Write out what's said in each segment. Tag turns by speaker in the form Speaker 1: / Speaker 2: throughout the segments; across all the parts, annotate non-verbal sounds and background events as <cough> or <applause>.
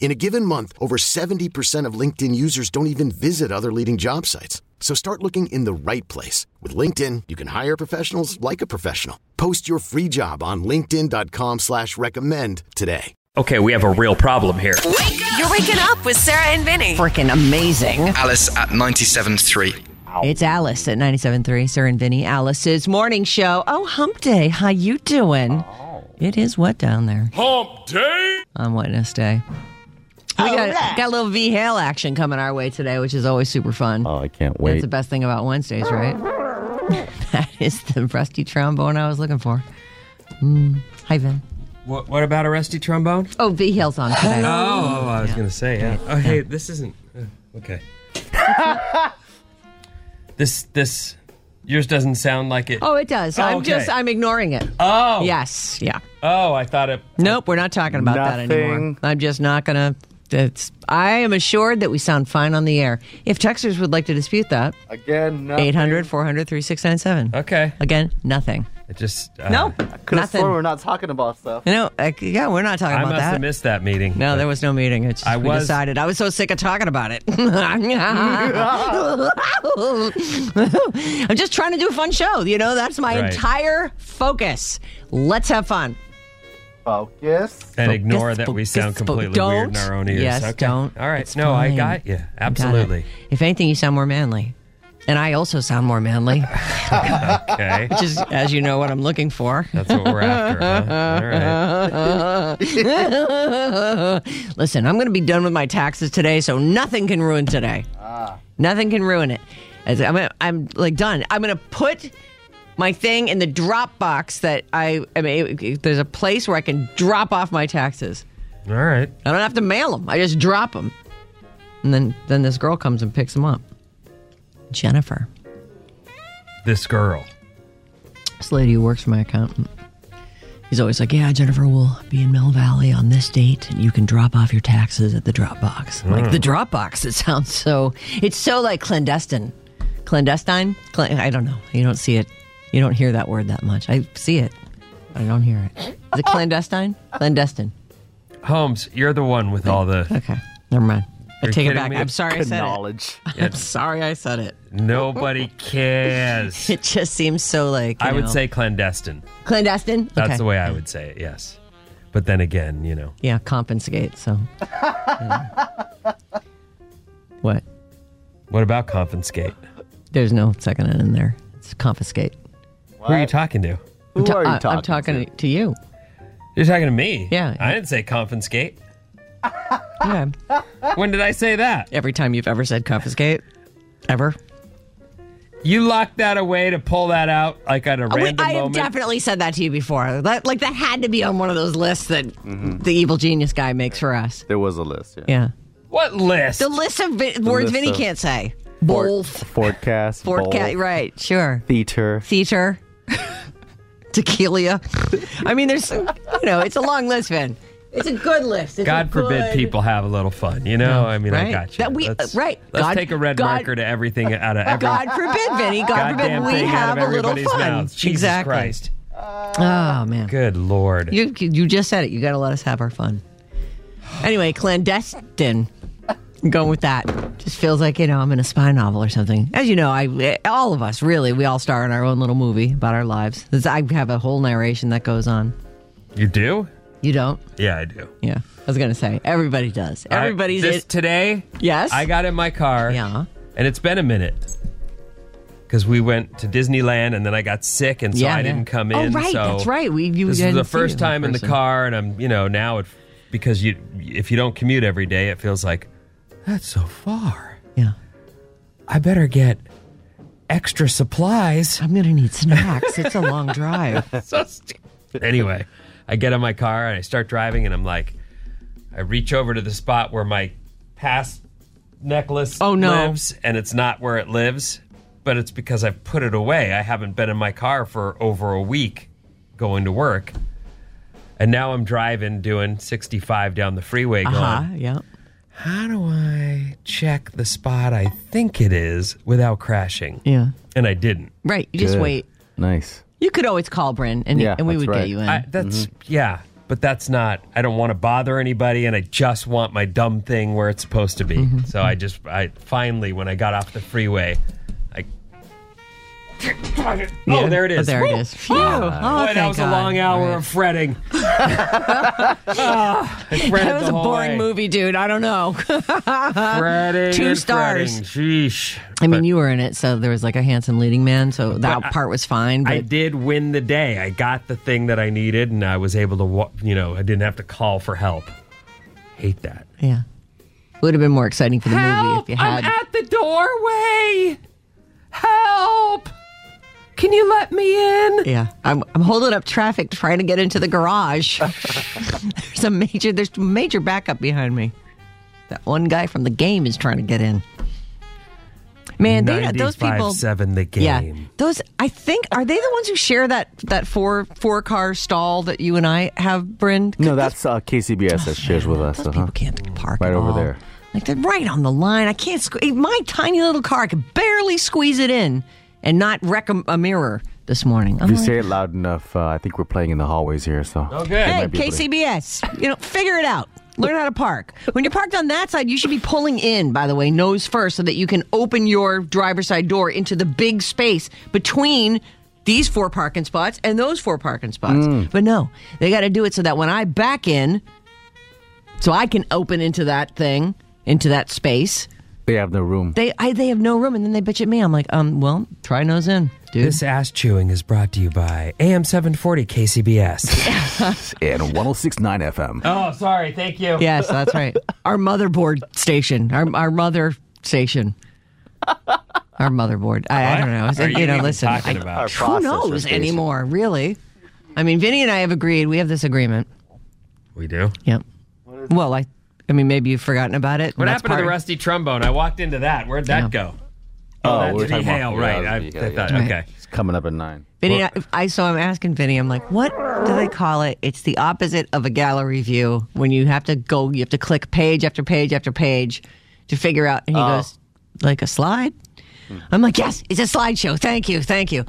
Speaker 1: In a given month, over 70% of LinkedIn users don't even visit other leading job sites. So start looking in the right place. With LinkedIn, you can hire professionals like a professional. Post your free job on linkedin.com slash recommend today.
Speaker 2: Okay, we have a real problem here.
Speaker 3: You're waking up with Sarah and Vinny.
Speaker 4: freaking amazing.
Speaker 5: Alice at 97.3.
Speaker 4: It's Alice at 97.3, Sir and Vinny. Alice's morning show. Oh, hump day. How you doing?
Speaker 6: Oh.
Speaker 4: It is what down there? Hump day? On Witness Day.
Speaker 3: Oh,
Speaker 4: We got, got a little V Hale action coming our way today, which is always super fun.
Speaker 6: Oh, I can't
Speaker 4: That's
Speaker 6: wait.
Speaker 4: the best thing about Wednesdays, right? <laughs> that is the rusty trombone I was looking for. Mm. Hi, Vin.
Speaker 2: What, what about a rusty trombone?
Speaker 4: Oh, V Hale's on today.
Speaker 2: Oh, I was gonna say. Yeah. Oh, hey, this isn't uh, okay. <laughs> this this yours doesn't sound like it.
Speaker 4: Oh, it does.
Speaker 2: Oh,
Speaker 4: I'm
Speaker 2: okay.
Speaker 4: just, I'm ignoring it.
Speaker 2: Oh.
Speaker 4: Yes. Yeah.
Speaker 2: Oh, I thought it.
Speaker 4: Nope, we're not talking about that anymore.
Speaker 6: Nothing.
Speaker 4: I'm just not gonna. It's, I am assured that we sound fine on the air. If texters would like to dispute that,
Speaker 6: Again, no.
Speaker 4: 800 400 3697.
Speaker 2: Okay.
Speaker 4: Again, nothing.
Speaker 2: I just uh,
Speaker 4: No,
Speaker 6: Could have
Speaker 4: nothing.
Speaker 6: sworn we're not talking about stuff.
Speaker 4: No, like, yeah, we're not talking
Speaker 2: I
Speaker 4: about
Speaker 2: must
Speaker 4: that.
Speaker 2: have missed that meeting.
Speaker 4: no, there was no meeting. It's just,
Speaker 2: I
Speaker 4: we
Speaker 2: was-
Speaker 4: decided. I was so sick of talking
Speaker 2: <laughs>
Speaker 4: about it. I'm just trying to do a fun show. You know, that's my
Speaker 2: Right.
Speaker 4: entire focus. Let's have fun.
Speaker 6: Focus.
Speaker 2: and ignore
Speaker 4: Focus,
Speaker 2: that we
Speaker 4: focus,
Speaker 2: sound
Speaker 4: focus.
Speaker 2: completely weird in
Speaker 4: Don't.
Speaker 2: our own ears.
Speaker 4: Yes,
Speaker 2: okay.
Speaker 4: don't.
Speaker 2: All right.
Speaker 4: It's
Speaker 2: no,
Speaker 4: fine.
Speaker 2: I got you.
Speaker 4: Got it.
Speaker 2: Absolutely.
Speaker 4: If anything, you sound more manly. And I also sound more manly,
Speaker 2: Okay.
Speaker 4: which is, as you know, what I'm looking for.
Speaker 2: That's what we're after. Huh?
Speaker 4: Listen, I'm going to be done with my taxes today, so nothing can ruin today. Nothing can ruin it. As I'm, I'm like done. I'm going to put my thing in the drop box that I, I mean, it- there's a place where I can drop off my taxes.
Speaker 2: All right. All right.
Speaker 4: I don't have to mail them. I just drop them. And then, then this girl comes and picks them up. Jennifer.
Speaker 2: This girl.
Speaker 4: This lady who works for my accountant. He's always like, Yeah, Jennifer will be in Mill Valley on this date, and you can drop off your taxes at the drop box. I'm
Speaker 2: Hmm.
Speaker 4: Like the drop box, it sounds so it's so like clandestine. Clandestine? Cla- I don't know. You don't see it. You don't hear that word that much. I see it. but I don't hear it. Is it clandestine? clandestine.
Speaker 2: Holmes, you're the one with all the.
Speaker 4: Okay. Never mind. I
Speaker 2: You're
Speaker 4: take it
Speaker 2: kidding
Speaker 4: back.
Speaker 2: me?
Speaker 4: I'm sorry I
Speaker 6: Good
Speaker 4: said it.
Speaker 6: knowledge.
Speaker 4: <laughs> I'm sorry I said it.
Speaker 2: Nobody cares.
Speaker 4: It just seems so like you
Speaker 2: I would
Speaker 4: know-
Speaker 2: say clandestine.
Speaker 4: clandestine.
Speaker 2: That's
Speaker 4: Okay.
Speaker 2: the way I would say it, yes. But then again, you know.
Speaker 4: yeah, compensate. So, you know. what?
Speaker 2: What about confiscate?
Speaker 4: There's no second N in there. It's confiscate.
Speaker 2: Who are you talking to?
Speaker 6: Who
Speaker 4: Ta-
Speaker 6: are you
Speaker 4: I-
Speaker 6: talking
Speaker 4: I'm talking
Speaker 6: to?
Speaker 4: to, you.
Speaker 2: You're talking to me.
Speaker 4: Yeah.
Speaker 2: I didn't say confiscate.
Speaker 4: Yeah.
Speaker 2: When did I say that?
Speaker 4: Every time you've ever said confiscate, ever.
Speaker 2: You locked that away to pull that out like at a random
Speaker 4: Oh, I have
Speaker 2: moment.
Speaker 4: definitely said that to you before. That, like that had to be on one of those lists that
Speaker 6: Mm-hmm.
Speaker 4: the evil genius guy makes for us.
Speaker 6: There was a list, yeah.
Speaker 4: Yeah.
Speaker 2: what list?
Speaker 4: The list of vi- words
Speaker 6: list
Speaker 4: Vinny
Speaker 6: of-
Speaker 4: can't say. Both.
Speaker 6: Forecast. bowl,
Speaker 4: Forecast. Right. Sure.
Speaker 6: Theater.
Speaker 4: theater, tequila. I mean, there's, you know, it's a long list, Vin. It's a good list. It's a
Speaker 2: God forbid
Speaker 4: good-
Speaker 2: people have a little fun, you know? I mean, I
Speaker 4: right.
Speaker 2: got you.
Speaker 4: That we- uh,
Speaker 2: let's,
Speaker 4: right.
Speaker 2: Let's
Speaker 4: God-
Speaker 2: take a red
Speaker 4: God-
Speaker 2: marker to everything out of every
Speaker 4: God forbid, Vinny. God
Speaker 2: goddamn
Speaker 4: forbid we
Speaker 2: thing
Speaker 4: have
Speaker 2: out of
Speaker 4: a little
Speaker 2: everybody's
Speaker 4: fun.
Speaker 2: mouths. Jesus
Speaker 4: exactly.
Speaker 2: Christ.
Speaker 4: Oh man,
Speaker 2: Good Lord.
Speaker 4: you you just said it. You got to let us have our fun. Anyway, clandestine. I'm Going with that. Just feels like you know I'm in a spy novel or something. As you know, I all of us really we all star in our own little movie about our lives. This- I have a whole narration that goes on.
Speaker 2: you do?
Speaker 4: You don't.
Speaker 2: Yeah, I do.
Speaker 4: Yeah, I was gonna say everybody does.
Speaker 2: I-
Speaker 4: Everybody's
Speaker 2: this, today.
Speaker 4: Yes.
Speaker 2: I got in my car.
Speaker 4: Yeah.
Speaker 2: And it's been a minute. because we went to Disneyland and then I got sick and so
Speaker 4: Yeah,
Speaker 2: I
Speaker 4: yeah.
Speaker 2: didn't come
Speaker 4: Oh,
Speaker 2: in.
Speaker 4: right,
Speaker 2: so
Speaker 4: that's right. We- you
Speaker 2: this is
Speaker 4: hadn't
Speaker 2: the
Speaker 4: seen
Speaker 2: first
Speaker 4: you in
Speaker 2: time in the
Speaker 4: person.
Speaker 2: car, and I'm you know now it because you if you don't commute every day, it feels like that's so far.
Speaker 4: Yeah.
Speaker 2: I better get extra supplies.
Speaker 4: I'm going to need snacks. It's a long <laughs> drive.
Speaker 2: <laughs> so stu- anyway, I get in my car and I start driving, and I'm like, I reach over to the spot where my pass necklace
Speaker 4: Oh, no.
Speaker 2: lives, and it's not where it lives, but it's because I put it away. I haven't been in my car for over a week going to work. And now I'm driving, doing 65 down the freeway, going,
Speaker 4: Uh-huh. Yeah.
Speaker 2: how do I check the spot I think it is without crashing?
Speaker 4: Yeah.
Speaker 2: And I didn't.
Speaker 4: Right. You just
Speaker 6: Good.
Speaker 4: wait.
Speaker 6: Nice.
Speaker 4: You could always call Bryn and,
Speaker 6: Yeah,
Speaker 4: and we
Speaker 6: that's
Speaker 4: would get
Speaker 6: right.
Speaker 4: you in.
Speaker 2: I, that's
Speaker 4: Mm-hmm.
Speaker 2: yeah, but that's not. I don't want to bother anybody, and I just want my dumb thing where it's supposed to be.
Speaker 4: Mm-hmm.
Speaker 2: So I just, I finally, when I got off the freeway, I. Oh, there it
Speaker 4: Oh,
Speaker 2: is.
Speaker 4: there it
Speaker 2: Woo!
Speaker 4: is. Phew. Oh,
Speaker 2: Boy,
Speaker 4: thank
Speaker 2: that was
Speaker 4: God.
Speaker 2: a long hour
Speaker 4: All right.
Speaker 2: of
Speaker 4: <laughs>
Speaker 2: fretting. Ah, I fretted
Speaker 4: That was
Speaker 2: the
Speaker 4: a
Speaker 2: whole
Speaker 4: boring
Speaker 2: way.
Speaker 4: movie, dude. I don't know.
Speaker 2: Fretting
Speaker 4: Two
Speaker 2: and
Speaker 4: stars.
Speaker 2: fretting. Sheesh.
Speaker 4: I mean, you were in it, so there was like a handsome leading man, so that part was fine. But
Speaker 2: I did win the day. I got the thing that I needed, and I was able to, wa- you know, I didn't have to call for help. Hate that.
Speaker 4: yeah, would have been more exciting for the movie if you had.
Speaker 2: at the doorway. Help! Can you let me in?
Speaker 4: yeah, I'm, I'm holding up traffic trying to get into the
Speaker 2: <laughs>
Speaker 4: garage. there's a major there's major backup behind me. That one guy from the game is trying to get in. Man, they, those people.
Speaker 2: seven the
Speaker 4: Yeah,
Speaker 2: game.
Speaker 4: those I think are they the ones who share that that four four car stall that you and I have, Bryn?
Speaker 6: No, that's uh, KCBS that shares with us.
Speaker 4: Oh, Those
Speaker 6: Uh-huh.
Speaker 4: people can't park
Speaker 6: Right
Speaker 4: at
Speaker 6: over
Speaker 4: all.
Speaker 6: there.
Speaker 4: Like they're right on the line. I can't. Sque- my tiny little car, I could barely squeeze it in and not wreck a, a mirror this morning. I'm
Speaker 6: If you
Speaker 4: like,
Speaker 6: say it loud enough, uh, I think we're playing in the hallways here. So
Speaker 2: Okay.
Speaker 4: hey,
Speaker 6: might be able to-
Speaker 4: KCBS, you know, figure it out. Learn how to park. When you're parked on that side, you should be pulling in, by the way, nose first, so that you can open your driver's side door into the big space between these four parking spots and those four parking spots.
Speaker 6: Hmm.
Speaker 4: But no, they got to do it so that when I back in, so I can open into that thing, into that space,
Speaker 6: they have no room.
Speaker 4: they I, they have no room, and then they bitch at me. I'm like, um, well, try nose in, dude.
Speaker 2: This ass chewing is brought to you by AM seven forty
Speaker 4: <laughs>
Speaker 2: KCBS.
Speaker 6: and 1069 FM.
Speaker 2: oh, sorry. Thank you.
Speaker 4: yes, that's right. <laughs> Our motherboard station, our our mother station, our motherboard. I, I don't know.
Speaker 2: What are you
Speaker 4: you know,
Speaker 2: even
Speaker 4: listen,
Speaker 2: talking
Speaker 4: I-
Speaker 2: about?
Speaker 4: who knows anymore? Really? I mean, Vinny and I have agreed. We have this agreement.
Speaker 2: We do.
Speaker 4: Yep. Well, I, I mean, maybe you've forgotten about it.
Speaker 2: What
Speaker 4: That's
Speaker 2: happened to
Speaker 4: part-
Speaker 2: the rusty trombone? I walked into that. Where'd that
Speaker 4: Yeah.
Speaker 2: go?
Speaker 6: Oh,
Speaker 2: that's
Speaker 6: we're
Speaker 2: Vinnie
Speaker 6: talking about-
Speaker 2: Hale,
Speaker 6: yeah,
Speaker 2: right.
Speaker 6: that's
Speaker 2: I-
Speaker 6: Vinnie
Speaker 2: I
Speaker 6: Hale,
Speaker 2: thought-
Speaker 6: yeah.
Speaker 2: okay.
Speaker 6: It's coming up at nine.
Speaker 4: Vinny, I, I saw him asking Vinny. I'm like, what do they call it? It's the opposite of a gallery view when you have to go, you have to click page after page after page to figure out. And he
Speaker 2: Oh.
Speaker 4: goes, like a slide.
Speaker 2: Hmm.
Speaker 4: I'm like, yes, it's a slideshow. Thank you, thank you.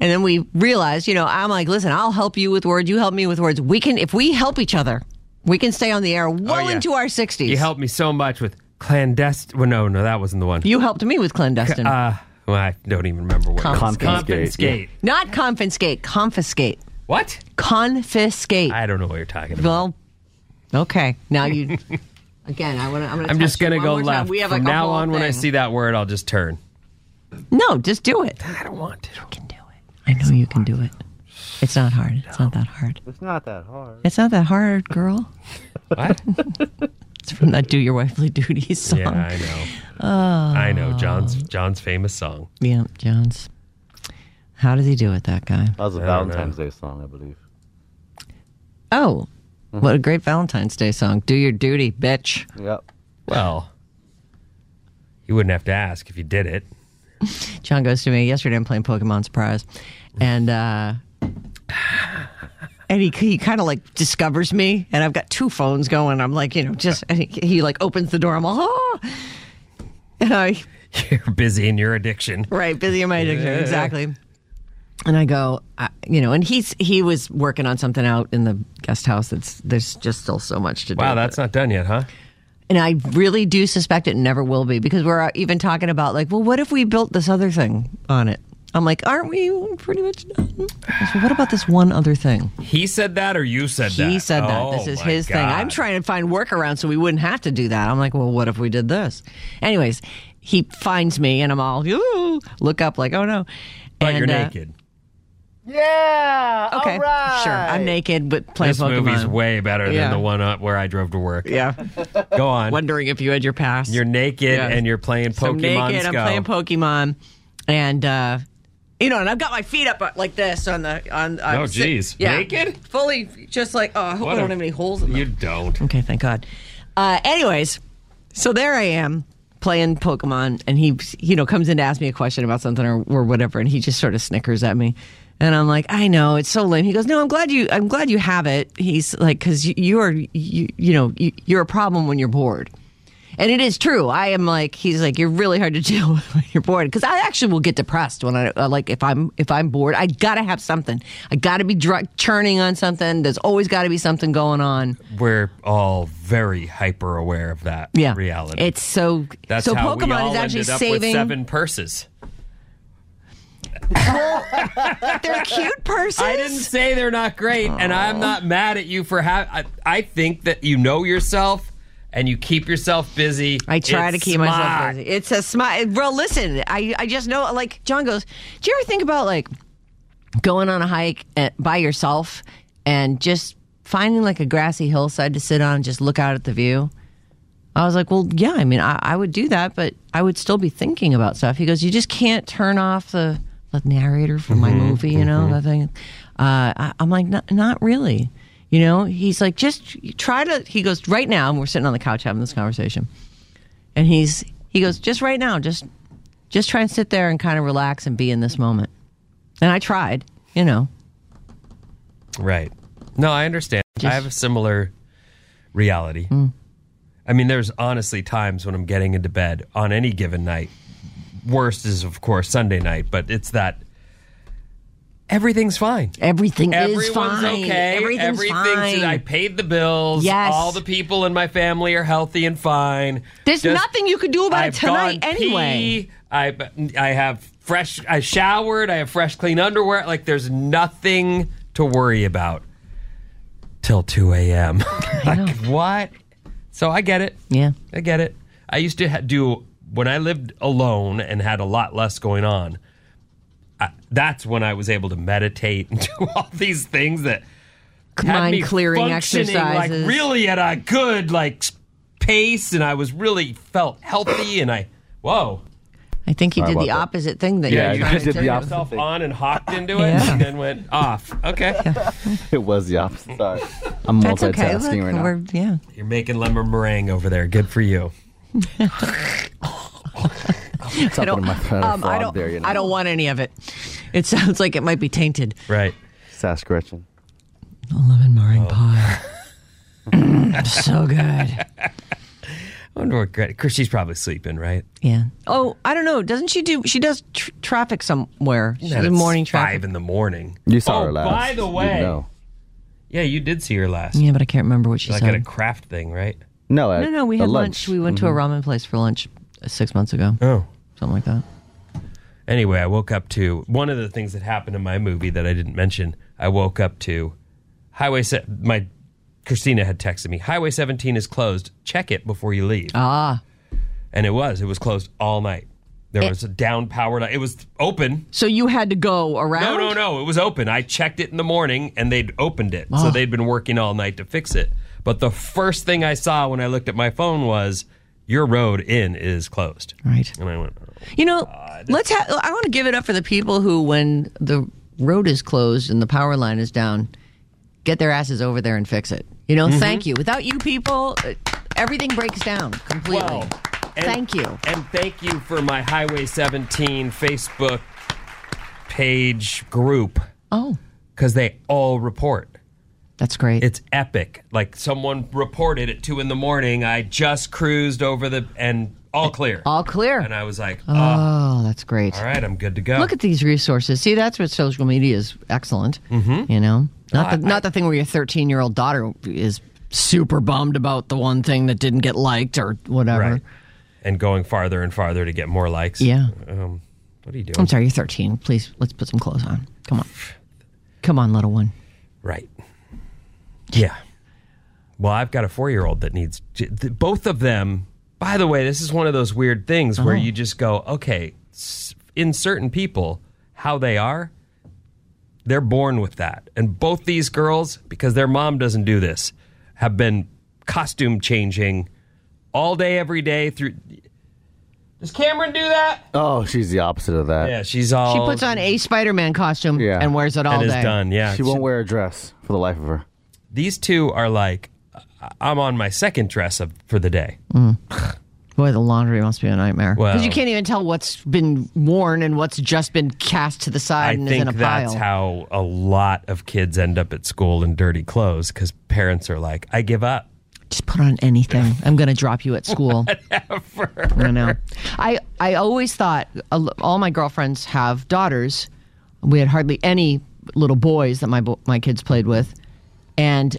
Speaker 4: And then we realized, you know, I'm like, listen, I'll help you with words. You help me with words. We can, if we help each other, we can stay on the air well
Speaker 2: Oh, yeah.
Speaker 4: into our 60s.
Speaker 2: You helped me so much with clandestine. Well, no, no, that wasn't the one.
Speaker 4: You helped me with clandestine.
Speaker 2: uh, well, I don't even remember what. it was.
Speaker 6: Confiscate.
Speaker 2: Confiscate.
Speaker 4: Not confiscate, confiscate,
Speaker 2: What?
Speaker 4: confiscate.
Speaker 2: I don't know what you're talking about.
Speaker 4: Well, okay. Now you. <laughs> Again, I want to. I'm, gonna
Speaker 2: I'm just
Speaker 4: going
Speaker 2: gonna
Speaker 4: to
Speaker 2: go left.
Speaker 4: We have
Speaker 2: From
Speaker 4: like a
Speaker 2: now
Speaker 4: whole
Speaker 2: on, when I
Speaker 4: thing.
Speaker 2: see that word, I'll just turn.
Speaker 4: No, just do it.
Speaker 2: I don't want to.
Speaker 4: You can do it. I know you can do it. It's not hard. It's not that hard.
Speaker 6: It's not that hard.
Speaker 4: It's not that hard, girl.
Speaker 2: What?
Speaker 4: It's from that "Do Your Wifely Duties" <laughs> song.
Speaker 2: yeah, I know. I know John's John's famous song.
Speaker 4: Yeah, Jones. How does he do it, that guy?
Speaker 6: That was a
Speaker 2: I don't
Speaker 6: Valentine's Day song, I believe.
Speaker 4: Oh, what a great Valentine's Day song! Do your duty, bitch.
Speaker 6: Yep.
Speaker 2: Well, you wouldn't have to ask if you did it. <laughs>
Speaker 4: John goes to me yesterday. I'm playing Pokemon Surprise, and uh, and he he kind of like discovers me, and I've got two phones going. I'm like, you know, just and he, he like opens the door. I'm all, oh. and I
Speaker 2: You're busy in your addiction.
Speaker 4: right busy in my addiction exactly. And I go, I, you know, and he's he was working on something out in the guest house. That's there's just still so much to do.
Speaker 2: Wow, that's not done yet, huh?
Speaker 4: And I really do suspect it never will be because we're even talking about like, well, what if we built this other thing on it? I'm like, aren't we pretty much done? I said, what about this one other thing?
Speaker 2: He said that, or you said that?
Speaker 4: He said that.
Speaker 2: Oh,
Speaker 4: this is
Speaker 2: my
Speaker 4: his thing. I'm
Speaker 2: God.
Speaker 4: trying to find workarounds so we wouldn't have to do that. I'm like, well, what if we did this? Anyways, he finds me, and I'm all Ooh, look up like, oh no.
Speaker 2: But you're
Speaker 4: And, uh,
Speaker 2: naked.
Speaker 7: Yeah.
Speaker 4: Okay,
Speaker 7: All right.
Speaker 4: sure. I'm naked, but playing
Speaker 2: This movie's
Speaker 4: Pokemon.
Speaker 2: way better
Speaker 4: Yeah.
Speaker 2: than the one uh, where I drove to work.
Speaker 4: yeah,
Speaker 2: Go on.
Speaker 4: wondering if you had your pass.
Speaker 2: you're naked
Speaker 4: Yeah.
Speaker 2: and you're playing
Speaker 4: So I'm
Speaker 2: Pokemon
Speaker 4: naked.
Speaker 2: Go.
Speaker 4: I'm playing Pokemon, and uh, you know, and I've got my feet up uh, like this on the on. I'm
Speaker 2: Oh,
Speaker 4: sit-
Speaker 2: geez.
Speaker 4: yeah,
Speaker 2: Naked?
Speaker 4: fully, just like oh, I hope
Speaker 2: What
Speaker 4: I don't
Speaker 2: a-
Speaker 4: have any holes in them.
Speaker 2: you don't.
Speaker 4: Okay, thank God. Uh, anyways, so there I am playing Pokemon, and he, you know, comes in to ask me a question about something or, or whatever, and he just sort of snickers at me, and I'm like, I know it's so lame. He goes, No, I'm glad you, I'm glad you have it. He's like, because you, you are, you, you know, you, you're a problem when you're bored. And it is true. I am like he's like you're really hard to <laughs> deal with when you're bored because I actually will get depressed when I uh, like if I'm if I'm bored I gotta have something I gotta be dr- churning on something. There's always got to be something going on.
Speaker 2: We're all very hyper aware of that
Speaker 4: yeah.
Speaker 2: reality.
Speaker 4: It's so
Speaker 2: That's
Speaker 4: so
Speaker 2: how
Speaker 4: Pokemon
Speaker 2: we all
Speaker 4: is actually
Speaker 2: ended up with
Speaker 4: saving
Speaker 2: seven purses.
Speaker 4: <laughs> they're cute
Speaker 2: <laughs>
Speaker 4: persons.
Speaker 2: I didn't say they're not great, and I'm not mad at you for having. I, I think that you know yourself and you keep yourself busy.
Speaker 4: I try
Speaker 2: It's
Speaker 4: to keep
Speaker 2: smart.
Speaker 4: myself busy. It's a smart. Well, listen, I, I just know, like, John goes, do you ever think about, like, going on a hike at, by yourself and just finding, like, a grassy hillside to sit on and just look out at the view? I was like, well, yeah, I mean, I, I would do that, but I would still be thinking about stuff. He goes, you just can't turn off the, the narrator from my
Speaker 2: Mm-hmm,
Speaker 4: movie, you know, that thing. Uh, I, I'm like, not, not really. You know, he's like, just try to. He goes, right now, and we're sitting on the couch having this conversation and he's he goes just right now just just try and sit there and kind of relax and be in this moment and i tried you know
Speaker 2: Right. No, I understand. I have a similar reality.
Speaker 4: Mm.
Speaker 2: I mean, there's honestly times when I'm getting into bed on any given night. Worst is, of course, Sunday night, but it's that everything's fine.
Speaker 4: everything is
Speaker 2: Everyone's
Speaker 4: fine
Speaker 2: okay.
Speaker 4: everything's fine
Speaker 2: I paid the bills.
Speaker 4: Yes.
Speaker 2: All the people in my family are healthy and fine.
Speaker 4: there's
Speaker 2: Just-
Speaker 4: nothing you could do about
Speaker 2: I've
Speaker 4: it tonight
Speaker 2: gone
Speaker 4: anyway
Speaker 2: pee. I I have fresh. I showered. I have fresh, clean underwear. Like there's nothing to worry about till 2 <laughs> a.m. like what? So I get it.
Speaker 4: yeah
Speaker 2: I get it. I used to ha- do when I lived alone and had a lot less going on. I, that's when I was able to meditate and <laughs> do all these things that had me
Speaker 4: mind clearing
Speaker 2: functioning,
Speaker 4: exercises
Speaker 2: Like really at a good like s- pace, and I was really felt healthy. And I whoa,
Speaker 4: i think he
Speaker 6: Sorry
Speaker 4: did the
Speaker 6: about that.
Speaker 4: opposite thing that
Speaker 6: Yeah,
Speaker 4: you were
Speaker 6: you
Speaker 4: trying
Speaker 6: just
Speaker 4: to
Speaker 6: did the
Speaker 4: do.
Speaker 6: opposite.
Speaker 2: myself on and hocked
Speaker 4: <laughs>
Speaker 2: into it,
Speaker 4: Yeah.
Speaker 2: and then went off. Okay,
Speaker 6: <laughs> It was the opposite.
Speaker 4: <laughs>
Speaker 6: Sorry. I'm
Speaker 4: that's okay
Speaker 6: multitasking
Speaker 4: Look,
Speaker 6: right now.
Speaker 4: we're yeah
Speaker 2: you're making lemon meringue over there. Good for you.
Speaker 6: Something in my throat,
Speaker 4: um, I
Speaker 6: frog
Speaker 4: don't.
Speaker 6: there, you know.
Speaker 4: I don't want any of it. It sounds like it might be tainted.
Speaker 2: Right.
Speaker 6: Sasquatching.
Speaker 4: Lemon meringue
Speaker 6: Oh.
Speaker 4: pie.
Speaker 6: <laughs>
Speaker 4: Mm, so good.
Speaker 2: I wonder what. Gre- Christy's probably sleeping, right?
Speaker 4: Yeah. Oh, I don't know. Doesn't she do? She does tr- traffic somewhere. She
Speaker 2: That
Speaker 4: does
Speaker 2: it's
Speaker 4: morning
Speaker 2: Five
Speaker 4: traffic.
Speaker 2: in the morning.
Speaker 6: You saw
Speaker 2: oh,
Speaker 6: her last.
Speaker 2: By the
Speaker 6: You
Speaker 2: way,
Speaker 6: know.
Speaker 2: yeah, you did see her last.
Speaker 4: Yeah, but I can't remember what she
Speaker 2: Like
Speaker 4: said. Mm-hmm.
Speaker 2: at a craft thing, right?
Speaker 6: No, at
Speaker 4: no, no, we
Speaker 6: the
Speaker 4: had lunch.
Speaker 6: lunch.
Speaker 4: We went to a ramen place for lunch uh, six months ago,
Speaker 2: Oh.
Speaker 4: something like that.
Speaker 2: Anyway, I woke up to one of the things that happened in my movie that I didn't mention. I woke up to Highway. Se- my Christina had texted me. Highway 17 is closed. Check it before you leave.
Speaker 4: Ah, Eh.
Speaker 2: and it was. It was closed all night. There was a down power. li- It was open.
Speaker 4: so you had to go
Speaker 2: No,
Speaker 4: around?
Speaker 2: no, no. It was open. I checked it in the morning, and they'd opened it. So they'd been working all night to fix it. But the first thing I saw when I looked at my phone was your road in is closed.
Speaker 4: Right.
Speaker 2: And I went, "Oh."
Speaker 4: You know, let's. Ha- I want to give it up for the people who, when the road is closed and the power line is down, get their asses over there and fix it. You
Speaker 2: Mm-hmm.
Speaker 4: know, thank you. Without you people, uh, everything breaks down completely.
Speaker 2: Well, and-
Speaker 4: thank you.
Speaker 2: And thank you for my Highway 17 Facebook page group
Speaker 4: Oh,
Speaker 2: because they all report.
Speaker 4: that's great.
Speaker 2: It's epic. Like someone reported at two in the morning. I just cruised over the and all clear.
Speaker 4: All clear.
Speaker 2: And I was like, oh,
Speaker 4: Oh, that's great.
Speaker 2: all right, I'm good to go.
Speaker 4: Look at these resources. See, that's what social media is excellent. Mm-hmm. You know, not the, not the thing where your 13 year old daughter is super bummed about the one thing that didn't get liked or whatever.
Speaker 2: right. And going farther and farther to get more likes.
Speaker 4: Yeah.
Speaker 2: Um, what are you doing?
Speaker 4: I'm sorry, you're 13. Please, let's put some clothes on. Come on. Come on, little one.
Speaker 2: Right. Yeah. Well, I've got a four year old that needs j- th- both of them By the way, this is one of those weird things where
Speaker 4: Uh-huh.
Speaker 2: you just go, okay, s- in certain people, how they are, they're born with that. And both these girls, because their mom doesn't do this, have been costume changing all day, every day through. Does Cameron do that?
Speaker 6: Oh, she's the opposite of that.
Speaker 2: Yeah, she's all.
Speaker 4: She puts on a Spider Man costume
Speaker 6: Yeah.
Speaker 4: and wears it all
Speaker 2: and is
Speaker 4: day.
Speaker 2: done. Yeah,
Speaker 6: She won't wear a dress for the life of her.
Speaker 2: These two are like, I- I'm on my second dress up for the day.
Speaker 4: Boy, the laundry must be a nightmare. Because
Speaker 2: Well-
Speaker 4: you can't even tell what's been worn and what's just been cast to the side
Speaker 2: I
Speaker 4: and is in
Speaker 2: think
Speaker 4: a
Speaker 2: that's
Speaker 4: pile.
Speaker 2: how a lot of kids end up at school in dirty clothes because parents are like, I give up.
Speaker 4: just put on anything. I'm going to drop you at
Speaker 2: <laughs>
Speaker 4: school. I know. I I always thought a l- all my girlfriends have daughters. We had hardly any little boys that my bo- my kids played with, and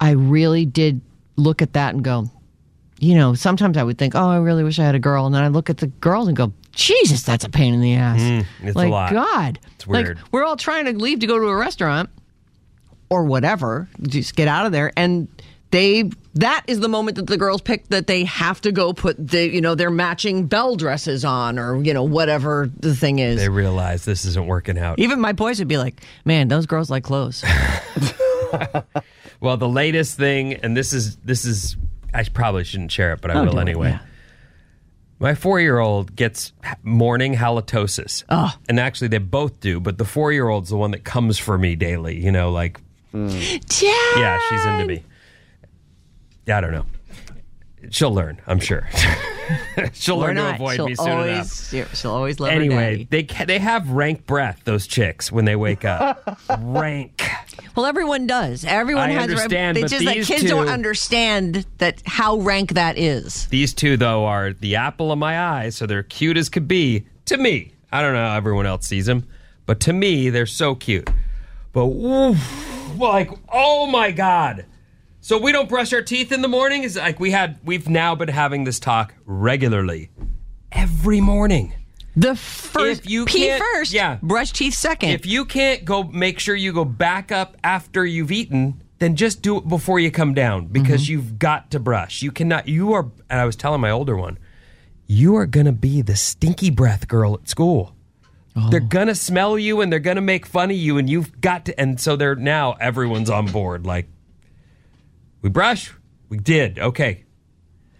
Speaker 4: I really did look at that and go, you know. Sometimes I would think, oh, I really wish I had a girl, and then I look at the girls and go, Jesus, that's a pain in the ass.
Speaker 2: Mm, it's a
Speaker 4: like
Speaker 2: lot.
Speaker 4: God, it's
Speaker 2: weird.
Speaker 4: Like, we're all trying to leave to go to a restaurant or whatever, just get out of there. And they that is the moment that the girls pick that they have to go put the you know their matching bell dresses on or you know whatever the thing is.
Speaker 2: They realize this isn't working out.
Speaker 4: Even my boys would be like, "Man, those girls like clothes."
Speaker 2: Well, the latest thing, and this is this is I probably shouldn't share it, but I
Speaker 4: Oh, do
Speaker 2: will
Speaker 4: it,
Speaker 2: anyway.
Speaker 4: yeah.
Speaker 2: My four-year-old gets h- morning halitosis, and actually they both do. But the four-year-old's the one that comes for me daily. You know, like
Speaker 4: <laughs> yeah.
Speaker 2: yeah, she's into me. Yeah, I don't know. She'll learn, I'm sure. <laughs> She'll
Speaker 4: Or
Speaker 2: learn to
Speaker 4: not.
Speaker 2: avoid
Speaker 4: she'll
Speaker 2: me soon
Speaker 4: always,
Speaker 2: enough.
Speaker 4: She'll always love her
Speaker 2: Anyway,
Speaker 4: daddy.
Speaker 2: they ca- they have rank breath. Those chicks when they wake up,
Speaker 4: <laughs>
Speaker 2: rank.
Speaker 4: Well, everyone does. Everyone
Speaker 2: I
Speaker 4: has.
Speaker 2: understand,
Speaker 4: they
Speaker 2: but
Speaker 4: just like
Speaker 2: these
Speaker 4: kids don't
Speaker 2: two-
Speaker 4: understand that how rank that is.
Speaker 2: These two, though, are the apple of my eye, so they're cute as could be to me. I don't know how everyone else sees them, but to me, they're so cute. But oof, like, oh my god! So we don't brush our teeth in the morning. Is like we had. We've now been having this talk regularly, every morning.
Speaker 4: The first
Speaker 2: If you
Speaker 4: pee
Speaker 2: can't-
Speaker 4: first,
Speaker 2: yeah.
Speaker 4: brush teeth second.
Speaker 2: If you can't go, make sure you go back up after you've eaten. Then just do it before you come down because
Speaker 4: Mm-hmm.
Speaker 2: you've got to brush. You cannot. You are. And I was telling my older one, you are gonna be the stinky breath girl at school.
Speaker 4: Oh.
Speaker 2: They're gonna smell you and they're gonna make fun of you, and you've got to. And so they're now everyone's on board. Like we brush, we did okay.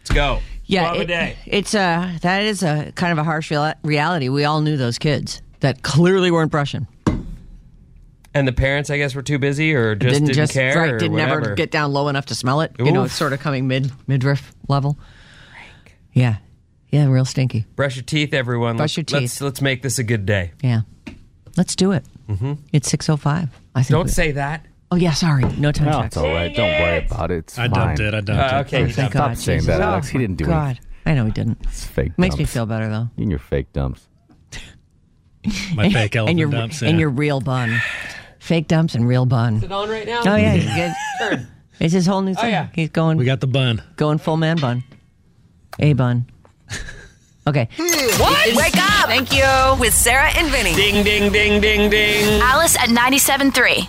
Speaker 2: Let's go. We'll have a
Speaker 4: it-
Speaker 2: day.
Speaker 4: it's a that is a kind of a harsh real- reality. We all knew those kids that clearly weren't brushing.
Speaker 2: And the parents, I guess, were too busy or just didn't, care.
Speaker 4: right,
Speaker 2: or
Speaker 4: didn't ever
Speaker 2: whatever.
Speaker 4: get down low enough to smell it. You know,
Speaker 2: Oof.
Speaker 4: it's sort of coming mid midriff level. Yeah, yeah, real stinky.
Speaker 2: Brush your teeth, everyone.
Speaker 4: Brush
Speaker 2: Let's-
Speaker 4: your teeth.
Speaker 2: Let's, let's make this a good day.
Speaker 4: Yeah, let's do it. Mm-hmm. It's six oh five. I think.
Speaker 2: Don't
Speaker 4: we-
Speaker 2: say that.
Speaker 4: oh yeah, sorry, no time
Speaker 6: No,
Speaker 4: check.
Speaker 6: it's all right. Don't worry about it. It's
Speaker 8: I
Speaker 6: fine.
Speaker 8: dumped it. I dumped
Speaker 2: Uh,
Speaker 8: it.
Speaker 2: okay.
Speaker 4: Thank
Speaker 6: Stop
Speaker 4: God,
Speaker 6: saying
Speaker 4: Jesus.
Speaker 6: that, Alex.
Speaker 4: Oh,
Speaker 6: He didn't do
Speaker 4: God,
Speaker 6: anything.
Speaker 4: I know he didn't.
Speaker 6: It's fake.
Speaker 4: Makes me
Speaker 6: dumps.
Speaker 4: feel better though.
Speaker 6: You and your fake dumps.
Speaker 8: My fake elephant
Speaker 4: <laughs> and your
Speaker 8: dumps.
Speaker 4: and
Speaker 8: yeah.
Speaker 4: your real bun, fake dumps and real bun.
Speaker 2: it on right now?
Speaker 4: Oh yeah, he's good. It's his whole new thing.
Speaker 2: yeah.
Speaker 4: He's going
Speaker 8: we got the bun.
Speaker 4: going full man bun. A bun. Okay.
Speaker 3: Wake up! Thank you. With Sarah and Vinny.
Speaker 2: Ding, ding, ding, ding, ding.
Speaker 9: Alice at 97.3.